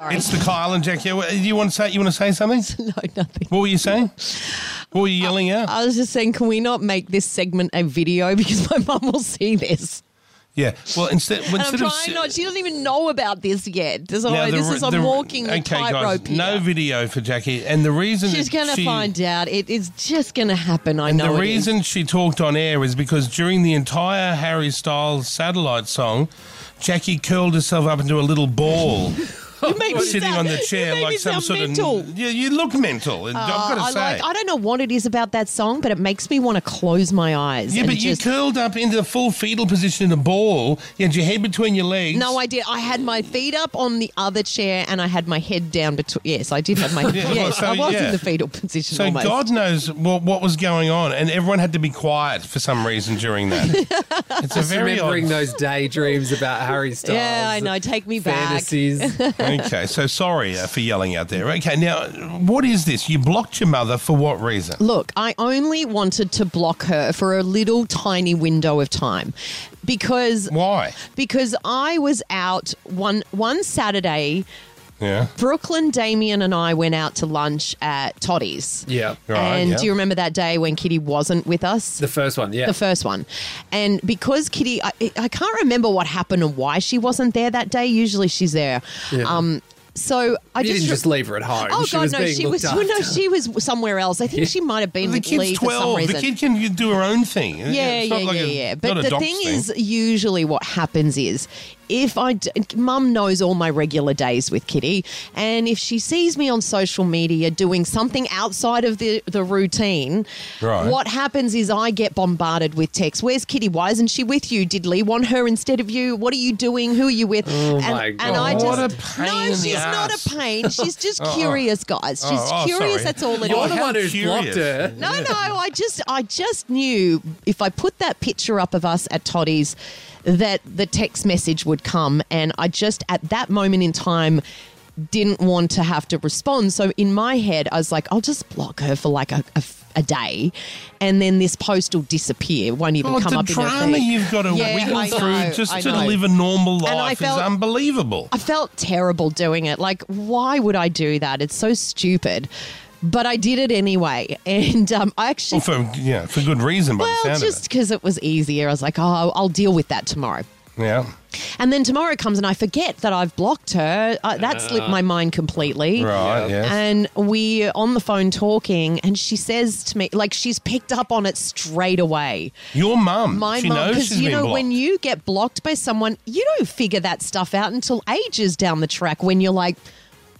It's the Kyle and Jack. Yeah, well, you want to say you want to say something? No, nothing. What were you saying? What were you yelling out? I was just saying, can we not make this segment a video because my mum will see this? Yeah. Well, instead well, And I'm instead of trying not. She doesn't even know about this yet. So Now, the this re- is I'm the- walking the okay, guys, tightrope here. No video for Jackie, and the reason She's that gonna she- find out. It is just gonna happen. I And know. the it is. reason she talked on air is because during the entire Harry Styles satellite song, Jackie curled herself up into a little ball. you make me Sitting sound- on the you chair make me like some sound sort mental. Uh, of yeah, you look mental. I've got to I say, like. I don't know what it is about that song, but it makes me want to close my eyes. yeah, and but just- you curled up into the full fetal position in a ball. You had your head between your legs. No, I did. I had my feet up on the other chair and I had my head down between. Yes, I did have my. Yeah, well, yes, so, I was yeah. in the fetal position So almost. God knows what, what was going on, and everyone had to be quiet for some reason during that. It's a very remembering odd. those daydreams about Harry Styles. Yeah, I know. Take me back. Fantasies. Okay, so sorry uh, for yelling out there. Okay, now what is this? You blocked your mother for what reason? Look, I only wanted to block her for a little tiny window of time because Why? because I was out one one Saturday. Yeah. Brooklyn, Damien, and I went out to lunch at Toddy's. yeah, Right, and yeah. do you remember that day when Kitty wasn't with us? the first one. Yeah, the first one. And because Kitty, I, I can't remember what happened and why she wasn't there that day. Usually she's there. Yeah. Um, so I you just. didn't just leave her at home. Oh she God, was no! being She looked was after. no, she was somewhere else. I think she might have been the with Lee kid's for some twelve. reason. The kid can do her own thing. yeah, It's yeah, not like yeah, a- yeah. not But a the doc's thing, is, usually what happens is if I, d- mum knows all my regular days with Kitty, and if she sees me on social media doing something outside of the, the routine, Right. what happens is I get bombarded with texts. Where's Kitty? Why isn't she with you? Did Lee want her instead of you? What are you doing? Who are you with? Oh, and, my and I God. just, What a pain no, in the she's not ass. a pain. She's just oh. curious, guys. She's Oh, oh, curious. sorry. That's all it is. You're the How one who curious. blocked her. No, no, I just I just knew if I put that picture up of us at Toddy's that the text message would come and I just at that moment in time didn't want to have to respond. So in my head I was like I'll just block her for like a, a f- a day and then this post will disappear, won't even Oh, come the up in her drama feed. you've got to Yeah, wiggle I through know, just I to know. live a normal I life is felt- unbelievable. I felt terrible doing it. Like, why would I do that? It's so stupid. But I did it anyway. And um, I actually Well, for yeah, for good reason by the Well, sound just because it was easier. I was like, oh, I'll deal with that of tomorrow. it. Yeah. And then tomorrow comes and I forget that I've blocked her. Uh, that slipped my mind completely. Right. Yeah. Yes. And we're on the phone talking, and she says to me, like, she's picked up on it straight away. Your mum. My she mum, knows because she's you been know, blocked. when you get blocked by someone, you don't figure that stuff out until ages down the track when you're like,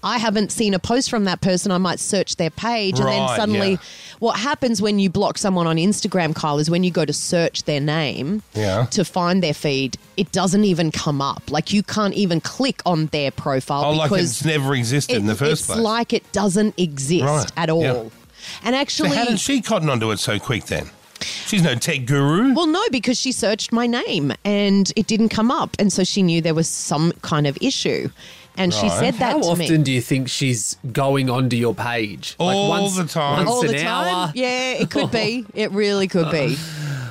I haven't seen a post from that person. I might search their page. and Right, then suddenly, yeah. what happens when you block someone on Instagram, Kyle, is when you go to search their name Yeah. to find their feed, it doesn't even come up. Like, you can't even click on their profile Oh, like because it's never existed in it- the first it's place. like it doesn't exist Right, at yeah. all. And actually, so how did she cotton onto it so quick then? She's no tech guru. Well, no, because she searched my name and it didn't come up. And so she knew there was some kind of issue. And she Right. said that How to often me. do you think she's going onto your page? All the time. Once All an the time? hour. Yeah, it could be. It really could be.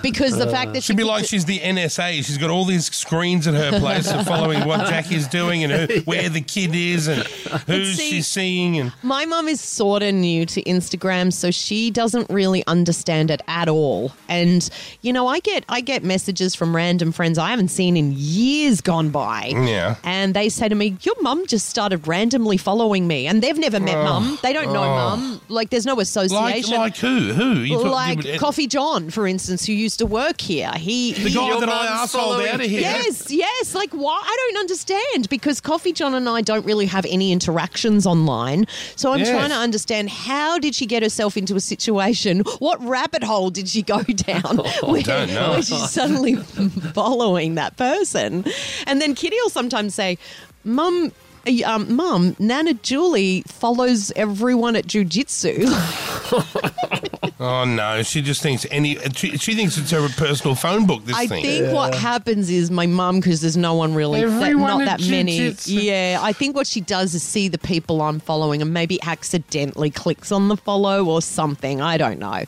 Because the fact that she She'd be could- like she's the NSA. She's got all these screens at her place of following what Jackie's doing and who, where the kid is and who see- she's seeing. And my mum is sort of new to Instagram, so she doesn't really understand it at all. And you know, I get I get messages from random friends I haven't seen in years gone by. Yeah. And they say to me, "Your mum just started randomly following me." And they've never met mum. They don't know mum. Like there's no like, association. like who? Who? You talk- like you- Coffee John, for instance, who used to work here. He, The he- guy Your that I mum's arsehole following- out of here. Yes, yes. Like, why? I don't understand because Coffee John and I don't really have any interactions online. So I'm Yes. trying to understand how did she get herself into a situation? What rabbit hole did she go down where, don't know. where she's suddenly following that person? And then Kitty will sometimes say, Mum, um, Mum, Nana Julie follows everyone at jujitsu. Oh no, she just thinks any. She, she thinks it's her personal phone book. This I thing. think what happens is my mum, because there's no one really, that- Everyone not at that many. jujitsu. Yeah, I think what she does is see the people I'm following and maybe accidentally clicks on the follow or something. I don't know.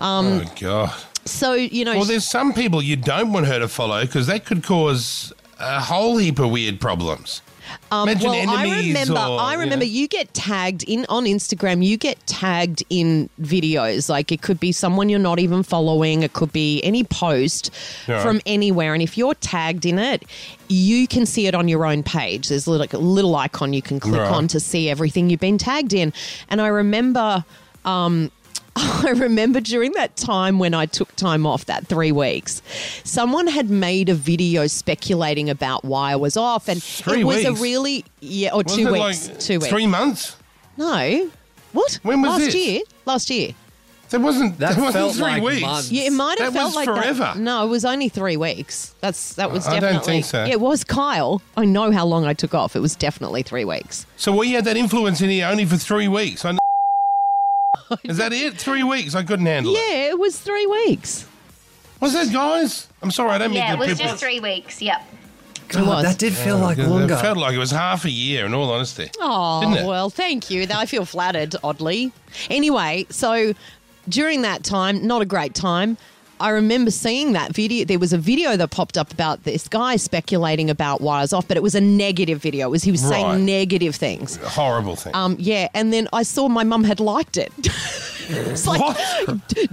Um, oh god. so you know, Well, she- there's some people you don't want her to follow because that could cause a whole heap of weird problems. Imagine Um, well, I enemies remember. or, I you know. remember you get tagged in on Instagram. You get tagged in videos. Like it could be someone you're not even following. It could be any post Yeah. from anywhere. And if you're tagged in it, you can see it on your own page. There's like a little icon you can click Right. on to see everything you've been tagged in. And I remember. Um, I remember during that time when I took time off, that three weeks, someone had made a video speculating about why I was off, and Three it was a weeks? really yeah, or Wasn't two it weeks, like two weeks. Three months? no, what? When was last this? year? Last year. That wasn't. That That, wasn't felt three like weeks. months. Yeah, it might have That felt was like forever. That. No, it was only three weeks. That's that was I don't definitely. think so. Yeah, it was Kyle. I know how long I took off. It was definitely three weeks. So we had that influence in here only for three weeks. I kn- Is that it? Three weeks? I couldn't handle it. Yeah, it was three weeks. Was that guys? I'm sorry, I don't mean Yeah, it to was people. just three weeks. Yep. was. God, that did feel like It longer. felt like it was half a year. In all honesty. Oh, Didn't it? well, thank you. I feel flattered, oddly. Anyway, so during that time, not a great time, I remember seeing that video. There was a video that popped up about this guy speculating about why I was off, but it was a negative video. It was he was Right. saying negative things. Horrible thing. Um, yeah, and then I saw my mum had liked it. it's like What?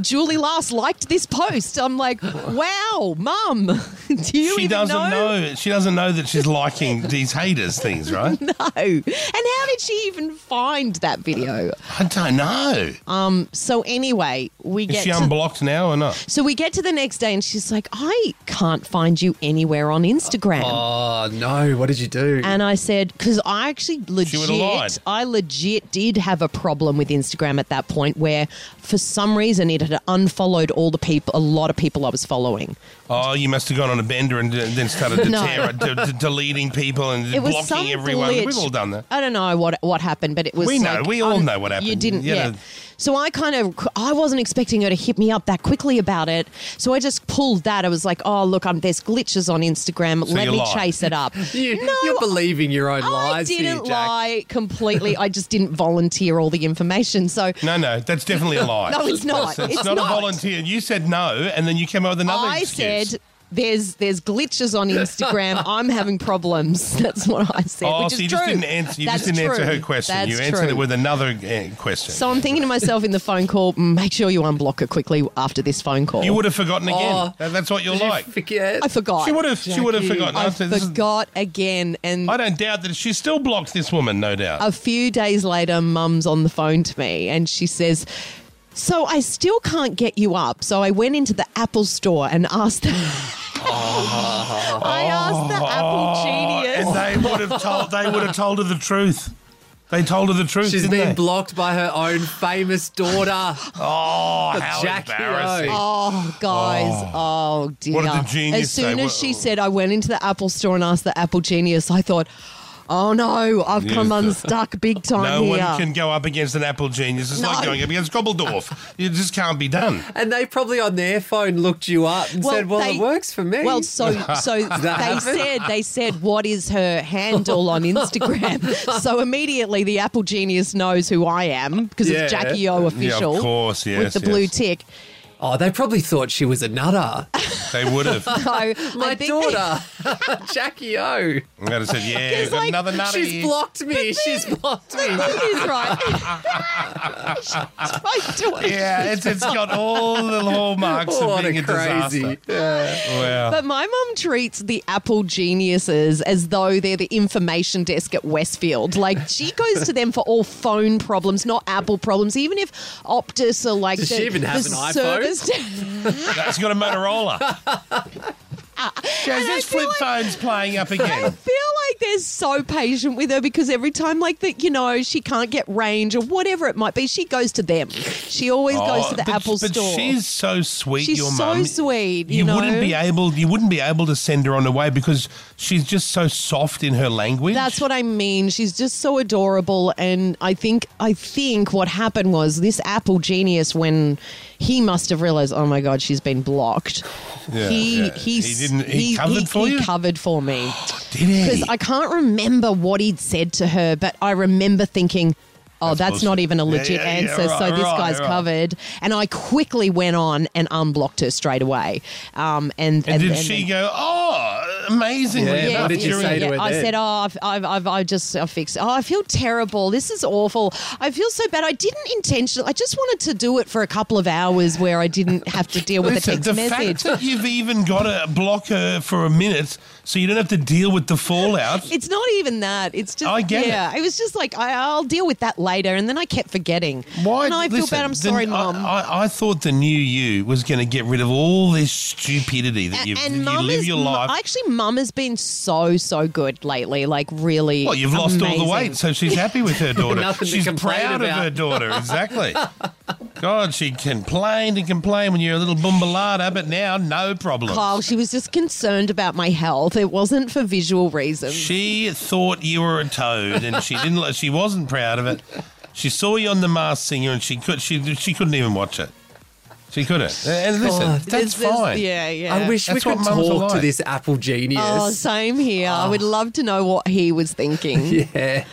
Julie last liked this post. I'm like, wow, mum, do you she even doesn't know? know. She doesn't know that she's liking these haters things, right? No. And how did she even find that video? I don't know. Uh, So anyway, we Is get she to, unblocked now or not? so we get to the next day, and she's like, "I can't find you anywhere on Instagram." Oh no! What did you do? and I said, because I actually would've lied. legit, I legit did have a problem with Instagram at that point, where for some reason it had unfollowed all the people, a lot of people I was following. Oh, you must have gone on a bender and d- then started to No. tear, d- d- deleting people and It was some blocking everyone. glitch. We've all done that. I don't know what what happened, but it was. We know. like, um, We all know what happened. You didn't, You yeah. know. So I kind of, I wasn't expecting her to hit me up that quickly about it. So I just pulled that. I was like, oh look, I'm there's glitches on Instagram. Let you me lied. chase it up. you, no, you're believing your own I lies, here, didn't Jack. lie completely. I just didn't volunteer all the information. So No, no, that's definitely a lie. No, it's not. It's, It's not, not. a volunteer. You said no, and then you came up with another I excuse. said. There's there's glitches on Instagram. I'm having problems. That's what I said. Oh, which so is you true. just didn't answer. You That's just didn't answer true. her question. That's you answered it true. with another uh, question. So I'm thinking to myself in the phone call, "Mm, make sure you unblock it quickly after this phone call. you would have forgotten again. Oh. That- that's what you're Did you like. forget? I forgot. she would have. She would have Jackie, forgotten. I After this is- forgot again. And I don't doubt that she still blocked this woman. No doubt. a few days later, mum's on the phone to me and she says, so I still can't get you up. So I went into the Apple store and asked them. I asked the Apple genius. Oh, And they would have told they would have told her the truth. They told her the truth. She's didn't been they? blocked by her own famous daughter. Oh, how Jackie embarrassing. O. Oh, guys. Oh, dear. What did the genius as soon say? as she What- said, I went into the Apple store and asked the Apple genius, I thought, oh no, I've come Yes. unstuck big time No here. one can go up against an apple genius. It's like No. going up against Gobbledorf. it just can't be done. And they probably on their phone looked you up and said, "Well, they- it works for me." Well, so so they happen? said they said what is her handle on Instagram? so immediately the Apple genius knows who I am because Yeah. it's Jackie O official. Yeah, of course, yes. with the yes. blue tick. oh, they probably thought she was a nutter. They would have. So I My think they- daughter, Jackie O. I'd have said, yeah, we've got like, another nutty. She's blocked me. She's blocked me. It is right. My daughter. Yeah, it's, it's got all the hallmarks of What being a a disaster. crazy. Yeah. Wow. But my mum treats the Apple geniuses as though they're the information desk at Westfield. Like she goes to them for all phone problems, not Apple problems. Even if Optus are like Does the, she even have the an iPhone? service- That's got a Motorola. Jazz, this flip phone's playing up I again. feel like they're so patient with her because every time, like that, you know, she can't get range or whatever it might be, she goes to them. She always goes Oh, to the but, Apple but Store. she's so sweet, She's your so mum. sweet, you know? wouldn't be able you wouldn't be able to send her on her way because she's just so soft in her language. That's what I mean. She's just so adorable, and I think I think what happened was this Apple genius when he must have realized, oh my god, she's been blocked. Yeah, he yeah. he He didn't- he covered he- for he you? covered for me did because he? I can't remember what he'd said to her, but I remember thinking. Oh, that's, bullshit. not even a Yeah, legit yeah, yeah, answer. right, so this right, guy's right. covered, and I quickly went on and unblocked her straight away. Um, and and did and she then- go? Oh, amazingly Yeah, enough what did you during- say to her I then? said, "Oh, I've, I've, I've, I just I fixed. Oh, I feel terrible. This is awful. I feel so bad. I didn't intentionally. I just wanted to do it for a couple of hours where I didn't have to deal with a Listen, text the fact message. that you've even got to block her for a minute so you don't have to deal with the fallout. It's not even that. It's just I get it. yeah. It. was just like I, I'll deal with that later, and then I kept forgetting. Why? And I feel listen, bad. I'm the- sorry, I- mum. I, I thought the new you was going to get rid of all this stupidity that you've, and you mum live is your mu- life. actually mum has been so so good lately. Like really, well, you've lost all amazing. the weight, so she's happy with her daughter. Nothing to she's complain proud of about. her daughter, exactly. God, she complained and complained when you're a little bumbalada, but now no problem. Kyle, she was just concerned about my health. It wasn't for visual reasons. She thought you were a toad, and she didn't. li- She wasn't proud of it. She saw you on the Masked Singer, and she could. She she couldn't even watch it. She couldn't. And listen, God. that's It's- it's- fine. Yeah, yeah. I wish That's we what could mums are talk to like. this Apple genius. Oh, same here. I would love to know what he was thinking. Ah. yeah.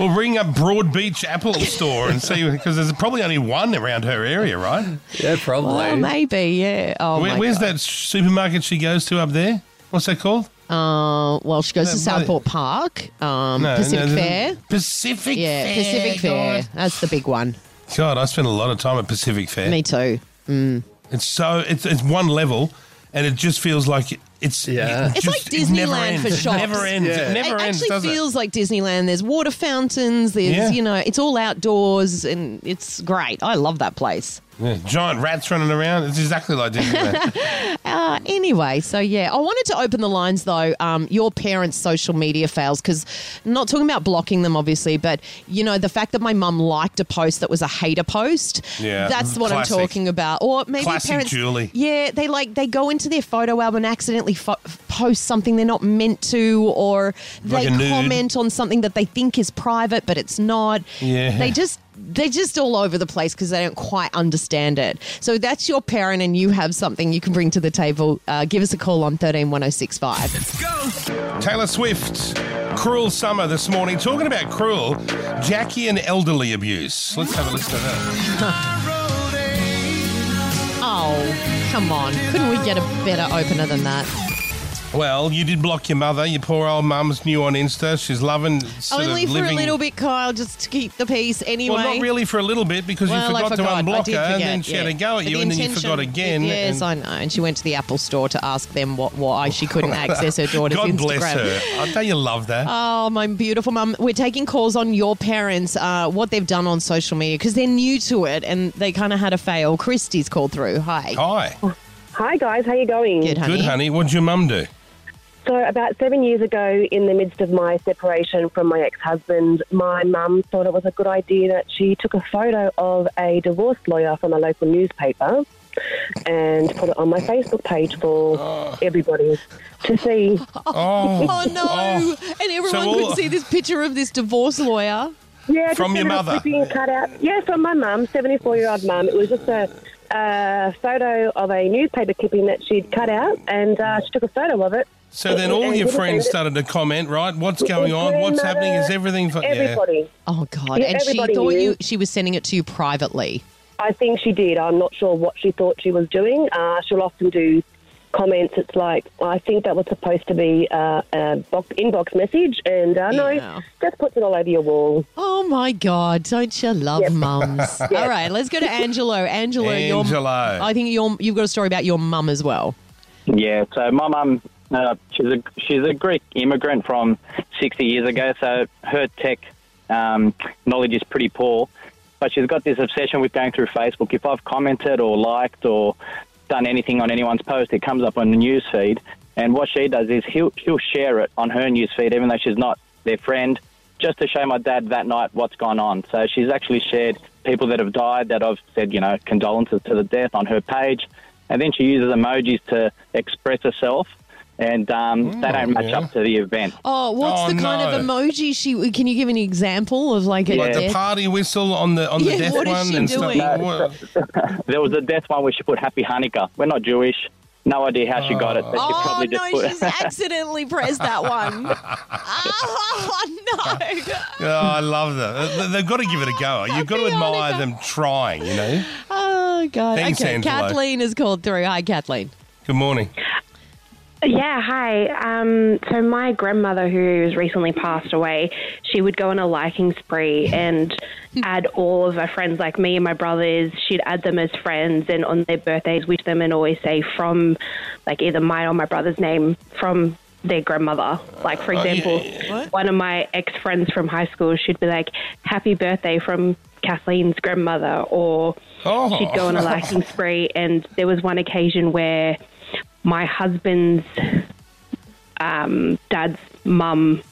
We'll ring up Broadbeach Apple Store and see because there's probably only one around her area, right? Yeah, probably. Oh, maybe, yeah. Oh, Where, my where's God. that supermarket she goes to up there? What's that called? Uh, well, she goes to That money- Southport Park, um, No, Pacific no, Fair. Pacific Yeah, Fair. Pacific Fair. That's the big one. God. God, I spent a lot of time at Pacific Fair. Me too. It's so it's it's one level, and it just feels like it's Yeah. it It's like it never Disneyland ends. for It shops. Never ends. Yeah. It never it ends. actually does it? feels like Disneyland. There's water fountains. There's, Yeah. you know, it's all outdoors and it's great. I love that place. Yeah, giant rats running around. It's exactly like Disneyland. Uh, anyway, so yeah, I wanted to open the lines though. Um, your parents' social media fails because not talking about blocking them, obviously, but you know the fact that my mum liked a post that was a hater post. Yeah, that's what classic. I'm talking about. Or maybe Classic parents, Julie. Yeah, they like they go into their photo album and accidentally fo- post something they're not meant to, or Like they a nude. comment on something that they think is private but it's not. Yeah. they just. They're just all over the place because they don't quite understand it. So that's your parent, and you have something you can bring to the table. Uh, give us a call on thirteen one zero six five. Taylor Swift, Cruel Summer this morning. Talking about cruel, Jackie and elderly abuse. Let's have a listen to that. Oh, come on! Couldn't we get a better opener than that? Well, you did block your mother. Your poor old mum's new on Insta. She's loving sort of Only for living. a little bit, Kyle, just to keep the peace. Anyway, Well, not really for a little bit because Well, you forgot, I forgot. to I unblock her, did forget, and then she yeah. had a go at But you, the and then you intention- forgot again. Yes, and- I know. And she went to the Apple store to ask them what why she couldn't access her daughter's God Instagram. bless her. I don't you love that. Oh, my beautiful mum. We're taking calls on your parents, uh, what they've done on social media because they're new to it and they kind of had a fail. Christy's called through. Hi. Hi. Hi guys, how you going? Good, Oh, honey. Oh, Good, honey. What'd your mum do? So about seven years ago, in the midst of my separation from my ex-husband, my mum thought it was a good idea that she took a photo of a divorce lawyer from a local newspaper and put it on my Facebook page for everybody to see. Oh, Oh, no. Oh. And everyone So all- could see this picture of this divorce lawyer. Yeah, just From your had it all mother? clippy and cut out. Yeah, from my mum, seventy-four-year-old mum. It was just a. uh photo of a newspaper clipping that she'd cut out, and uh, she took a photo of it. So then all And your didn't friends send it. started to comment, right? What's going on? What's Grandmother, happening? Is everything for Everybody. Oh, God. Yeah, and she everybody thought knew. you she was sending it to you privately. I think she did. I'm not sure what she thought she was doing. Uh, she'll often do comments. It's like, I think that was supposed to be uh, a box, inbox message, and uh, Yeah. no, just puts it all over your wall. Oh, my God. Don't you love mums? All right. Let's go to Angelo. Angelo, your. Angelo. I think your, you've got a story about your mum as well. Yeah, so my mum, uh, she's a she's a Greek immigrant from 60 years ago, so her tech um, knowledge is pretty poor. But she's got this obsession with going through Facebook. If I've commented or liked or done anything on anyone's post, it comes up on the news feed, And what she does is he'll, she'll share it on her newsfeed, even though she's not their friend, just to show my dad that night what's gone on. So she's actually shared people that have died that have said, you know, condolences to the death on her page. And then she uses emojis to express herself, and um, they don't match Oh, yeah. up to the event. Oh, what's Oh, the kind of no. emoji she? Can you give an example of like a Like Like the death? party whistle on the on the Yeah, death what is one she and doing? stuff. No, What- There was a death one where she put Happy Hanukkah. We're not Jewish. No idea how she got it, but she Oh probably just no, put she's accidentally pressed that one. oh no! Oh, I love that. They- They've got to give it a go. You've got to admire them trying. You know. Oh god. Thanks, okay, Angela. Kathleen is called through. Hi, Kathleen. Good morning. Yeah, hi. Um, so my grandmother, who has recently passed away, she would go on a liking spree and add all of her friends, like me and my brothers. She'd add them as friends, and on their birthdays, wish them and always say from, like either mine or my brother's name from their grandmother. Like for Oh, yeah, example, one of my ex friends from high school, she'd be like, "Happy birthday from." Kathleen's grandmother, or Oh. she'd go on a liking spree, and there was one occasion where my husband's um, dad's mum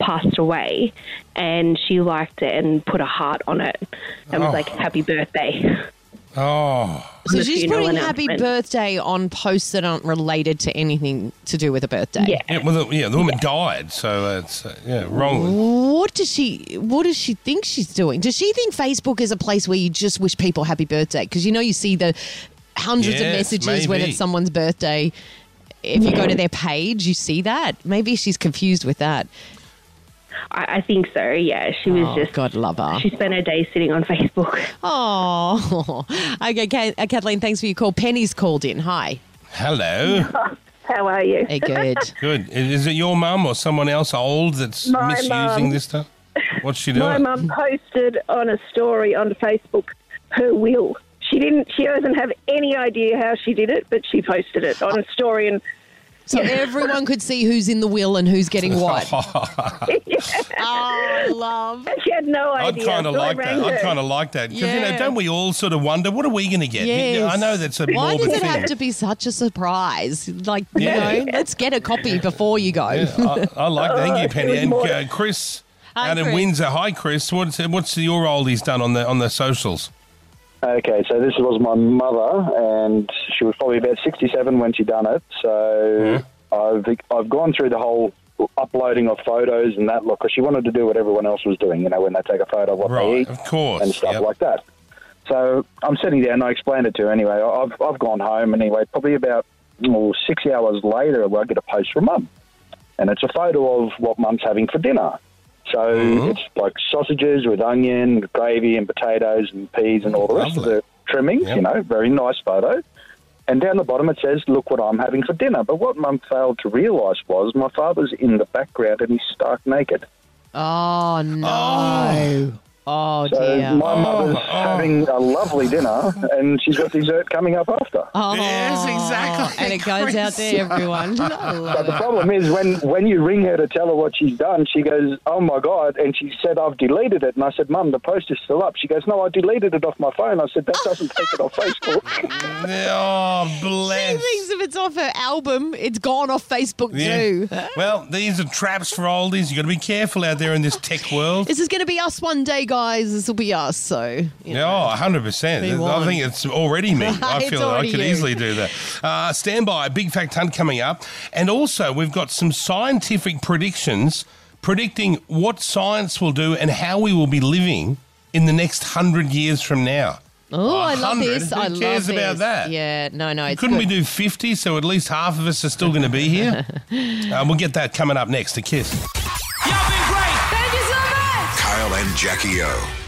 passed away and she liked it and put a heart on it and was like, Happy birthday. Oh. So the she's funeral putting happy announcement. birthday on posts that aren't related to anything to do with a birthday. Yeah. Yeah, well, the, yeah, the woman died, so uh, it's uh, yeah, wrong. What does she? What does she think she's doing? Does she think Facebook is a place where you just wish people happy birthday? Because you know you see the hundreds of Yes, messages when maybe. it's someone's birthday. If you go to their page, you see that. Maybe she's confused with that. I, I think so. Yeah. She was Oh, just, God, love her. she spent her day sitting on Facebook. Oh, okay, Ka- uh, Kathleen. Thanks for your call. Penny's called in. Hi. Hello. How are you? Hey, good. Good. I- Is it your mum or someone else old that's My misusing mum. this stuff? What's she My doing? mum posted on a story on Facebook her will. She didn't. She doesn't have any idea how she did it, but she posted it on a story. And So everyone could see who's in the will and who's getting what. Oh, love. she had no I'd idea. kind of so I like that. rang I'd her. kind of like that because you know, Yeah. don't we all sort of wonder what are we going to get? Yes. I know that's a Why morbid does it thing. have to be such a surprise? Like, Yeah. you know, let's get a copy before you go. Yeah, I, I like that. Thank you, Penny. And uh, Chris Hi, out in Chris. Windsor. Hi, Chris. What's what's your old he's done on the on the socials? Okay, so this was my mother, and she was probably about 67 when she done it. So I've I've gone through the whole uploading of photos and that look, 'cause she wanted to do what everyone else was doing. You know, when they take a photo of what they Right, eat of course. and stuff Yep. like that. So I'm sitting there, and I explained it to her anyway. I- I've I've gone home anyway. Probably about oh, six hours later, I get a post from mum, and it's a photo of what mum's having for dinner. So it's like sausages with onion, gravy, and potatoes and peas and all the rest of Lovely. the trimmings. Yep. You know, very nice photo. And down the bottom it says, "Look what I'm having for dinner." But what mum failed to realise was my father's in the background and he's stark naked. Oh, no. Oh, So dear. my mother's having a lovely dinner, and she's got dessert coming up after. Oh, Yes, exactly, And it goes out there, everyone. I But love the it. problem is when when you ring her to tell her what she's done, she goes, "Oh my god!" And she said, "I've deleted it." And I said, "Mum, the post is still up." She goes, "No, I deleted it off my phone." I said, "That doesn't take it off Facebook." Oh, She bless. thinks if it's off her album, it's gone off Facebook too. Well, these are traps for oldies. You've got to be careful out there in this tech world. This is going to be us one day, guys. This will be us. So, you know. Yeah, oh, hundred percent. Be I warned. think it's already me. I It's feel that I already could you. easily do that. Uh, stand by, big fact hunt coming up, and also we've got some scientific predictions predicting what science will do and how we will be living in the next hundred years from now. oh, I love 100? this. Who I love cares about this. that? Yeah, no, no. It's Couldn't good. we do 50 so at least half of us are still going to be here? uh, we'll get that coming up next. A kiss. Kyle and Jackie O.